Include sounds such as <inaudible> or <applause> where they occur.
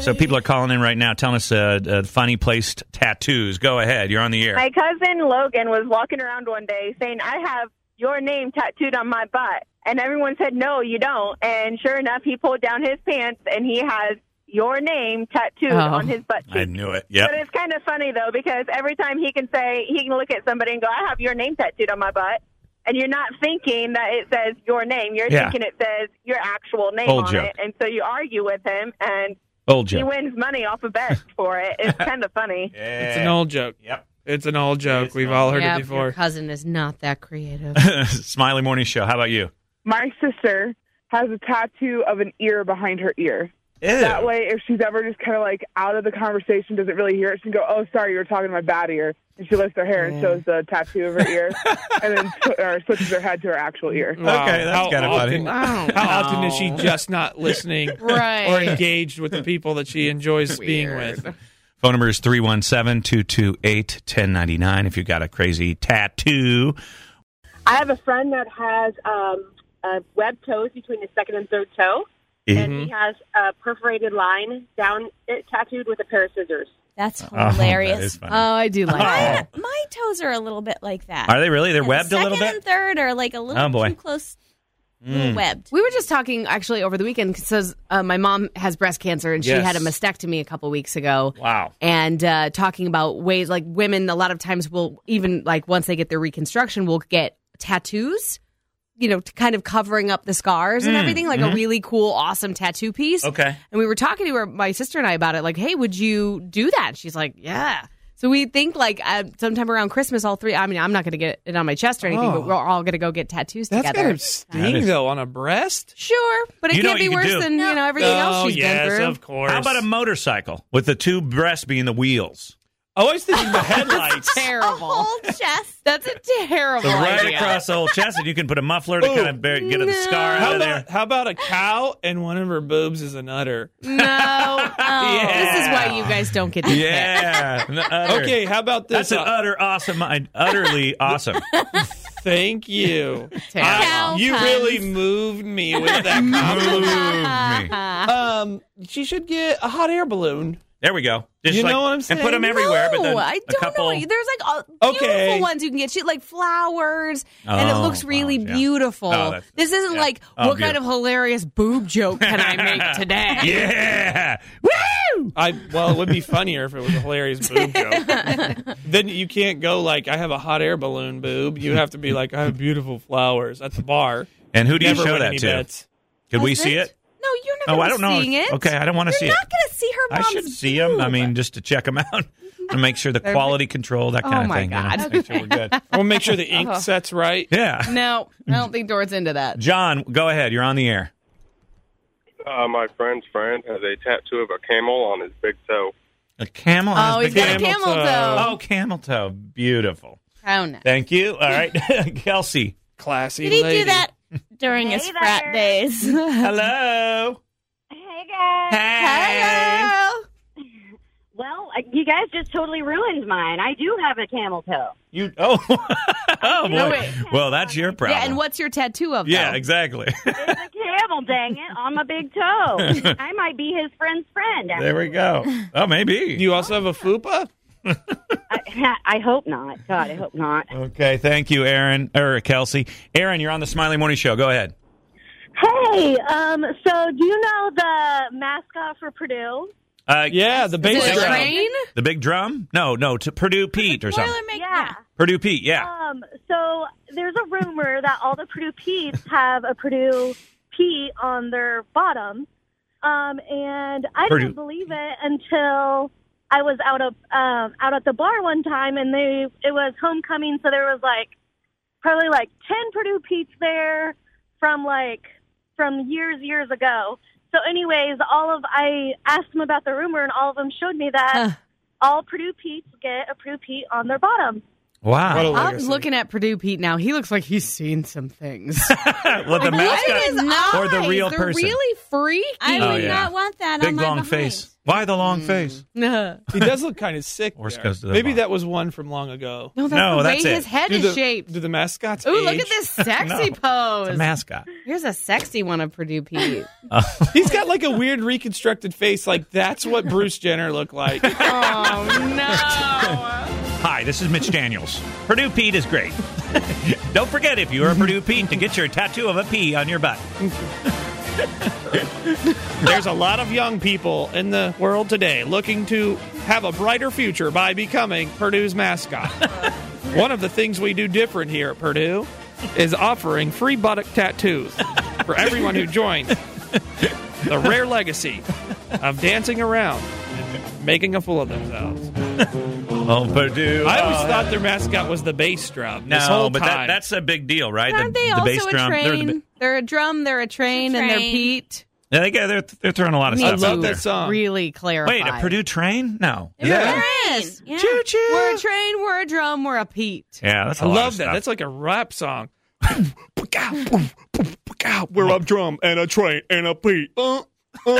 So people are calling in right now, telling us uh, uh, funny placed tattoos. Go ahead, you're on the air. My cousin Logan was walking around one day saying, I have your name tattooed on my butt. And everyone said, No, you don't. And sure enough, he pulled down his pants and he has your name tattooed Oh. on his butt cheek. I knew it. Yep. But it's kind of funny though because every time he can say he can look at somebody and go, "I have your name tattooed on my butt," and you're not thinking that it says your name. You're Yeah. thinking it says your actual name Old on joke. it, and so you argue with him, and Old he joke. wins money off a bet for <laughs> it. It's kind of funny. Yeah. It's an old joke. Yep. It's an old joke. It's We've an all old- heard Yeah, it but Your before. cousin is not that creative. <laughs> Smiley Morning Show. How about you? My sister has a tattoo of an ear behind her ear. That way, if she's ever just kind of like out of the conversation, doesn't really hear it, she can go, "Oh, sorry, you were talking to my bad ear," and she lifts her hair and Yeah. shows the tattoo of her ear, and then <laughs> sw- or switches her head to her actual ear. Wow. Okay, that's How kinda funny. often- Wow. How often is she just not listening <laughs> <laughs> Right. or engaged with the people that she enjoys being with? Phone number is 317 228 1099 if you got a crazy tattoo. I have a friend that has um, uh, webbed toes between the second and third toe, <laughs> and he has a perforated line down it, tattooed with a pair of scissors. <laughs> That's Oh, that hilarious. Um, is funny. <laughs> Oh, I do like my, that. my toes are a little bit like that. Are they really? They're Yeah, the webbed a little bit? Second and third are like a little Oh, boy. Hmm. too close, little webbed. We were just talking actually over the weekend because uh, my mom has breast cancer and she Yes. had a mastectomy a couple weeks ago. Wow. And uh, talking about ways like women, a lot of times will even like once they get their reconstruction, will get tattoos, you know, to kind of covering up the scars Mm, and everything, like mm-hmm. a really cool, awesome tattoo piece. Okay. And we were talking to her, my sister and I, about it. Like, hey, would you do that? She's like, yeah. So we think like uh, sometime around Christmas, all three. I mean, I'm not going to get it on my chest or anything, Oh. but we're all going to go get tattoos That's together. got to sting, That is- though, on a breast. Sure, but it You know can't what be you can worse do. than you know everything else oh, she's yes, been through. of course. How about a motorcycle with the two breasts being the <laughs> wheels? I always <laughs> thinking the headlights. A terrible. <laughs> whole chest. Oh, That's a terrible So right idea. across the whole chest, and you can put a muffler to Ooh. kind of bear, get a No. scar out How of there. about, how about a cow and one of her boobs is an udder? No, <laughs> oh, this is Yeah. why you guys don't get to pick. <laughs> Yeah. An udder. Okay, how about this? Uh, That's an utter awesome, an utterly <laughs> awesome. <laughs> Thank you. Uh, Terrible. Cow you puns. really moved me with that <laughs> Move compliment. me. um, she should get a hot air balloon. <laughs> There we go. Just You like- know what I'm And put them saying? everywhere. but No, then I a don't couple, know. There's like all beautiful Okay. ones you can get, She- like flowers, and it Oh, looks really flowers, yeah. beautiful. Oh, that's- this isn't yeah. like Oh, what kind of beautiful. hilarious boob joke can I <laughs> make today? Yeah. Woo! I well, it would be funnier if it was a hilarious boob joke. <laughs> then you can't go like I have a hot air balloon boob. You have to be like I have beautiful flowers at the bar. And who do you Never show win that any to? bets. Could we Husband? see it? No, you're not. Oh, gonna I be don't know. Seeing it. Okay, I don't want to see You're it. not going to see her I mom's should see them. I boob. mean, just to check them <laughs> out and make sure the quality control, that Oh, kind of my thing. you know, God. make sure we're <laughs> good. We'll make sure the ink Uh-huh. sets right. Yeah. No, I don't think Dora's into that. John, go ahead. You're on the air. Uh, my friend's friend has a tattoo of a camel on his big toe. A camel has Oh, he's big got a camel. camel toe. toe. Oh, camel toe. Beautiful. Oh, no. Thank you. All right. <laughs> <laughs> Kelsey. Classy Did he lady. do <laughs> that during his Hey frat there. days? <laughs> Hello. Hey guys. Hey. Well, uh, you guys just totally ruined mine. I do have a camel toe. You oh, <laughs> oh No, boy. wait. Well, that's your problem. Yeah, and what's your tattoo of? Yeah, though? exactly. <laughs> It's a camel, dang it, on my big toe. I might be his friend's friend. there we go. Oh, maybe. You also have a fupa. I, <laughs> I hope not. God, I hope not. okay, thank you, Aaron or Kelsey. Aaron, you're on the Smiley Morning Show. Go ahead. Hey, um, so do you know the mascot for Purdue? Uh, Yeah, the Is bass it a Basically. drum. train? The big drum? No, no, to Purdue Pete or something. Spoiler make- Purdue Pete, yeah. Um, so there's a rumor that all the Purdue Petes have a Purdue Pete on their bottom. Um, and I Purdue. didn't believe it until I was out of um, out at the bar one time, and they it was homecoming, so there was like probably like ten Purdue Petes there from like from years years ago. So, anyways, all of I asked them about the rumor, and all of them showed me that Huh. all Purdue Petes get a Purdue Pete on their bottom. <laughs> What a Wow. I'm legacy. looking at Purdue Pete now. He looks like he's seen some things. What the mascot <laughs> or the real They're person? really freaky. I Oh, would yeah. not want that on Big my long behind. face. Why the long face? no, He does look kind of sick. Horse there. goes to the Maybe bar. that was one from long ago. <laughs> no, that's No, the that's way it. his head do is the, shaped. Do the mascots? Ooh, look age? <laughs> at this sexy It's pose. a mascot. Uh, Here's a sexy one of Purdue Pete. He's got like a weird reconstructed face. Like that's what Bruce Jenner looked like. <laughs> oh <laughs> Hi, this is Mitch Daniels. Purdue Pete is great. <laughs> Don't forget, if you are a Purdue Pete, to get your tattoo of a P on your butt. There's a lot of young people in the world today looking to have a brighter future by becoming Purdue's mascot. One of the things we do different here at Purdue is offering free buttock tattoos for everyone who joins. The rare legacy of dancing around and making a fool of themselves. Oh, Purdue. I always thought their mascot was the bass drum. This No, whole but time. that, that's a big deal, right? no! <laughs> Aren't the, they the also bass a drum. train? They're, They're, the, bi- a drum. They're a train, and they're Train. Pete. Yeah, they, they're, they're throwing a lot of Need stuff love out to that there. song. Really clarify. Wait, a Purdue train? No. yeah. Yes. Yeah. Choo choo. We're a train. We're a drum. We're a Pete. Yeah, that's a I lot love of that. stuff. That's like a rap song. We're up drum and a train and a beat. Uh, uh.